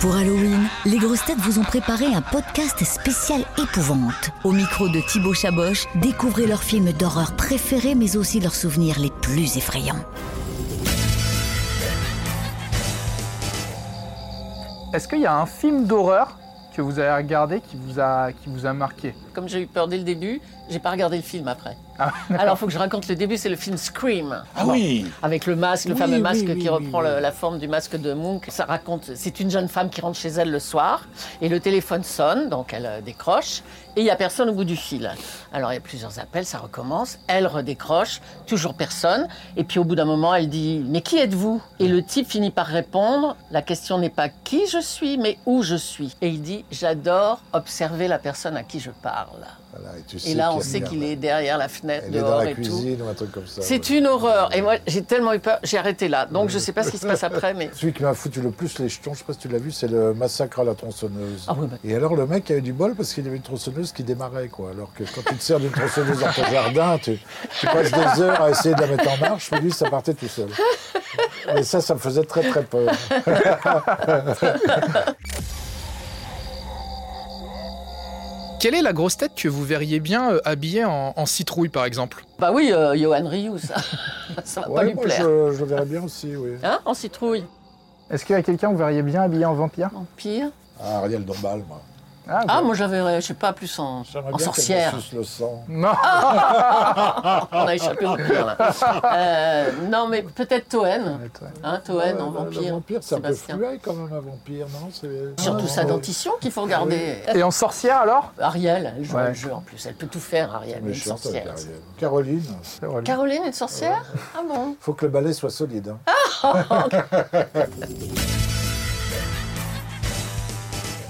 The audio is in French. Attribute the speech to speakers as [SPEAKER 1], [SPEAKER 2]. [SPEAKER 1] Pour Halloween, les grosses têtes vous ont préparé un podcast spécial épouvante. Au micro de Thibaut Chaboche, découvrez leurs films d'horreur préférés mais aussi leurs souvenirs les plus effrayants.
[SPEAKER 2] Est-ce qu'il y a un film d'horreur que vous avez regardé qui vous a, qui vous a marqué
[SPEAKER 3] Comme j'ai eu peur dès le début, j'ai pas regardé le film après.
[SPEAKER 2] Ah,
[SPEAKER 3] Alors, faut que je raconte le début, c'est le film Scream.
[SPEAKER 4] Ah oui
[SPEAKER 3] Avec le masque, le
[SPEAKER 2] Oui,
[SPEAKER 3] fameux
[SPEAKER 2] oui,
[SPEAKER 3] masque
[SPEAKER 2] oui,
[SPEAKER 3] qui
[SPEAKER 2] oui,
[SPEAKER 3] reprend
[SPEAKER 2] oui.
[SPEAKER 3] le- la forme du masque de Monk. Ça raconte, c'est une jeune femme qui rentre chez elle le soir et le téléphone sonne, donc elle euh, décroche et il n'y a personne au bout du fil. Alors il y a plusieurs appels, ça recommence, elle redécroche, toujours personne. Et puis au bout d'un moment, elle dit Mais qui êtes-vous Et le type finit par répondre La question n'est pas qui je suis, mais où je suis. Et il dit J'adore observer la personne à qui je parle.
[SPEAKER 5] Voilà, et tu sais
[SPEAKER 3] Et là,
[SPEAKER 5] qu'il
[SPEAKER 3] on
[SPEAKER 5] y a
[SPEAKER 3] sait
[SPEAKER 5] merde.
[SPEAKER 3] qu'il est derrière la fenêtre,
[SPEAKER 5] Elle est dans
[SPEAKER 3] dehors
[SPEAKER 5] la
[SPEAKER 3] et tout.
[SPEAKER 5] cuisine ou un truc comme ça.
[SPEAKER 3] C'est
[SPEAKER 5] voilà.
[SPEAKER 3] une horreur. Et moi, j'ai tellement eu peur, j'ai arrêté là. Donc, je sais pas ce qui se passe après, mais.
[SPEAKER 5] Celui qui m'a foutu le plus les jetons, je sais pas si tu l'as vu, c'est le massacre à la tronçonneuse.
[SPEAKER 3] Ah oui, bah-
[SPEAKER 5] Et alors le mec a eu du bol parce qu'il avait une tronçonneuse qui démarrait, quoi. Alors que quand tu te sers d'une tronçonneuse dans ton jardin, tu, tu passes des heures à essayer de la mettre en marche, mais lui ça partait tout seul. Et ça, ça me faisait très très peur.
[SPEAKER 2] Quelle est la grosse tête que vous verriez bien euh, habillée en, en citrouille, par exemple
[SPEAKER 3] Bah oui, euh, Johan Ryu, ça. ça va pas
[SPEAKER 5] Ouais,
[SPEAKER 3] lui
[SPEAKER 5] moi
[SPEAKER 3] plaire.
[SPEAKER 5] je, je le verrais bien aussi, oui.
[SPEAKER 3] Hein En citrouille.
[SPEAKER 2] Est-ce qu'il y a quelqu'un que vous verriez bien habillé en vampire
[SPEAKER 3] Vampire.
[SPEAKER 5] Ah, Ariel Dombal, moi.
[SPEAKER 2] ah,
[SPEAKER 3] Ah,
[SPEAKER 2] vous-
[SPEAKER 3] moi, j'avais, euh, je sais pas, plus en,
[SPEAKER 5] J'aimerais
[SPEAKER 3] en
[SPEAKER 5] bien qu'elle me
[SPEAKER 3] sorcière.
[SPEAKER 5] suce le sang.
[SPEAKER 2] Non
[SPEAKER 5] Ah.
[SPEAKER 3] On a échappé au pire, là. Euh, non, mais peut-être Toen. Hein,
[SPEAKER 5] Ouais,
[SPEAKER 3] Toen en
[SPEAKER 5] le-
[SPEAKER 3] vampire.
[SPEAKER 5] Le vampire, c'est un peu
[SPEAKER 3] Sébastien.
[SPEAKER 5] fluet quand même, un vampire, non C'est-
[SPEAKER 3] Surtout
[SPEAKER 5] Ah,
[SPEAKER 3] sa
[SPEAKER 5] ouais.
[SPEAKER 3] dentition qu'il faut regarder.
[SPEAKER 2] Et en sorcière alors
[SPEAKER 3] Ariel, elle joue
[SPEAKER 2] Ouais.
[SPEAKER 3] le jeu en plus. Elle peut tout faire, Ariel. Une
[SPEAKER 5] Méchante avec
[SPEAKER 3] sorcière.
[SPEAKER 5] Ariel. Caroline,
[SPEAKER 3] Caroline, une sorcière Ah bon
[SPEAKER 5] faut que le balai soit solide. hein.